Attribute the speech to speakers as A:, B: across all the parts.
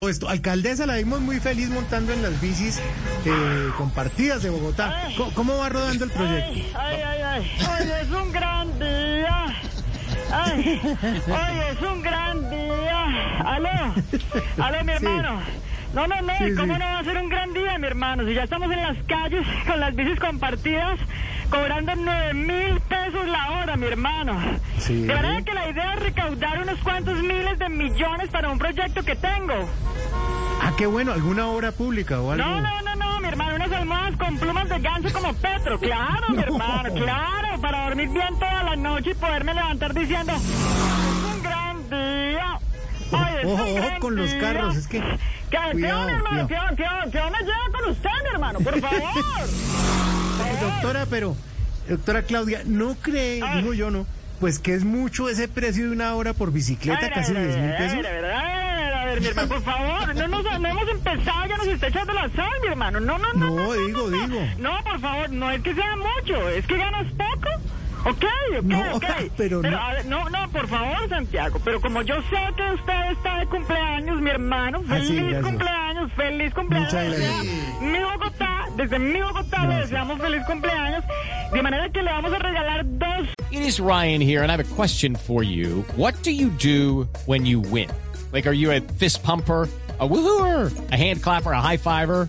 A: Pues, alcaldesa, la vimos muy feliz montando en las bicis eh, compartidas de Bogotá.
B: Ay.
A: ¿Cómo, cómo va rodando el proyecto?
B: Ay, ay, ay, ay. Hoy es un gran día. Ay, hoy es un gran día. Aló, aló, mi hermano. No, no, no,
A: Sí, sí.
B: ¿cómo no va a ser un gran día, mi hermano? Si ya estamos en las calles con las bicis compartidas, cobrando nueve mil pesos la hora, mi hermano.
A: Sí.
B: De verdad que la idea es recaudar unos cuantos miles de millones para un proyecto que tengo.
A: Ah, qué bueno, alguna obra pública o algo.
B: No, no, no, no, mi hermano, unas almohadas con plumas de ganso como Petro, claro, mi hermano, claro, para dormir bien toda la noche y poderme levantar diciendo, "Hoy es un gran día. Hoy es
A: Ojo,
B: un
A: ojo
B: gran
A: con los
B: día".
A: carros, es que-
B: ¿Qué,
A: cuidado,
B: qué, onda, hermano?
A: cuidado.
B: ¿Qué, qué, qué onda lleva con usted, mi hermano? Por favor.
A: Eh, Doctora, pero, doctora Claudia, ¿no cree,
B: Ay.
A: digo yo no, pues que es mucho ese precio de una hora por
B: A
A: bicicleta,
B: ver,
A: casi
B: a
A: 10
B: ver,
A: mil
B: a ver,
A: pesos?
B: A ver, a ver, a ver, mi hermano, por favor, no, nos, no hemos empezado, ya nos está echando la sal, mi hermano. No, no, no.
A: No, digo,
B: no.
A: digo.
B: No, por favor, no es que sea mucho, es que ganas poco. Ok, ok,
A: No,
B: ok.
A: pero no.
B: a ver, no, no, por favor, Santiago. Pero como yo sé que usted está de cumpleaños, mi hermano,
A: Ah, sí,
B: feliz
A: gracias.
B: cumpleaños, feliz cumpleaños.
A: Muchas gracias.
B: desde Mi Bogotá, desde mi Bogotá le deseamos feliz cumpleaños. De manera que le vamos a regalar dos
C: It is Ryan here, and I have a question for you. What do you do when you win? Like, are you a fist pumper? A woohooer, a hand clapper, a high fiver.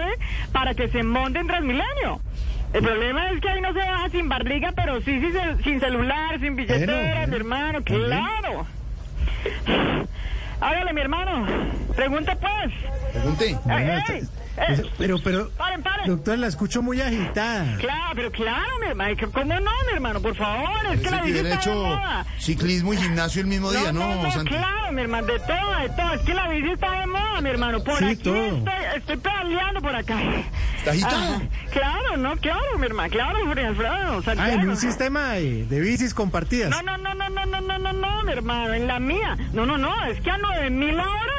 B: para que se monte en Transmilenio. El problema es que ahí no se baja sin barriga, pero sí, sí, se- sin celular, sin billetera,
A: Bueno,
B: mi hermano,
A: también.
B: claro. Hágale, mi hermano. Pregunta, pues.
D: Pregunté.
A: Bueno,
B: Ey,
A: está-
B: ey,
A: eso-
B: ey.
A: pero, pero,
B: Paren, paren.
A: doctora, la escucho muy agitada.
B: Claro, pero claro, mi hermano. ¿Cómo no, mi hermano? Por favor, es que
D: Parece
B: la
D: que
B: bici
D: hubiera
B: está de
D: hecho
B: moda.
D: ciclismo y gimnasio el mismo día, ¿no, Santi?
B: claro, mi hermano, de todo, de todo. Es que la bici está de moda, mi hermano. Por
A: Sí,
B: aquí
A: todo.
B: estoy, estoy pedaleando por acá.
D: ¿Está agitado?
B: Ajá. Claro, no, claro, mi hermano, claro, Jorge Alfredo, Santiago.
A: Ah, en un sistema de, de bicis compartidas.
B: No, no, no, no, no, no, no, no, no, mi hermano, en la mía. No, no, no, es que a nueve mil ahora,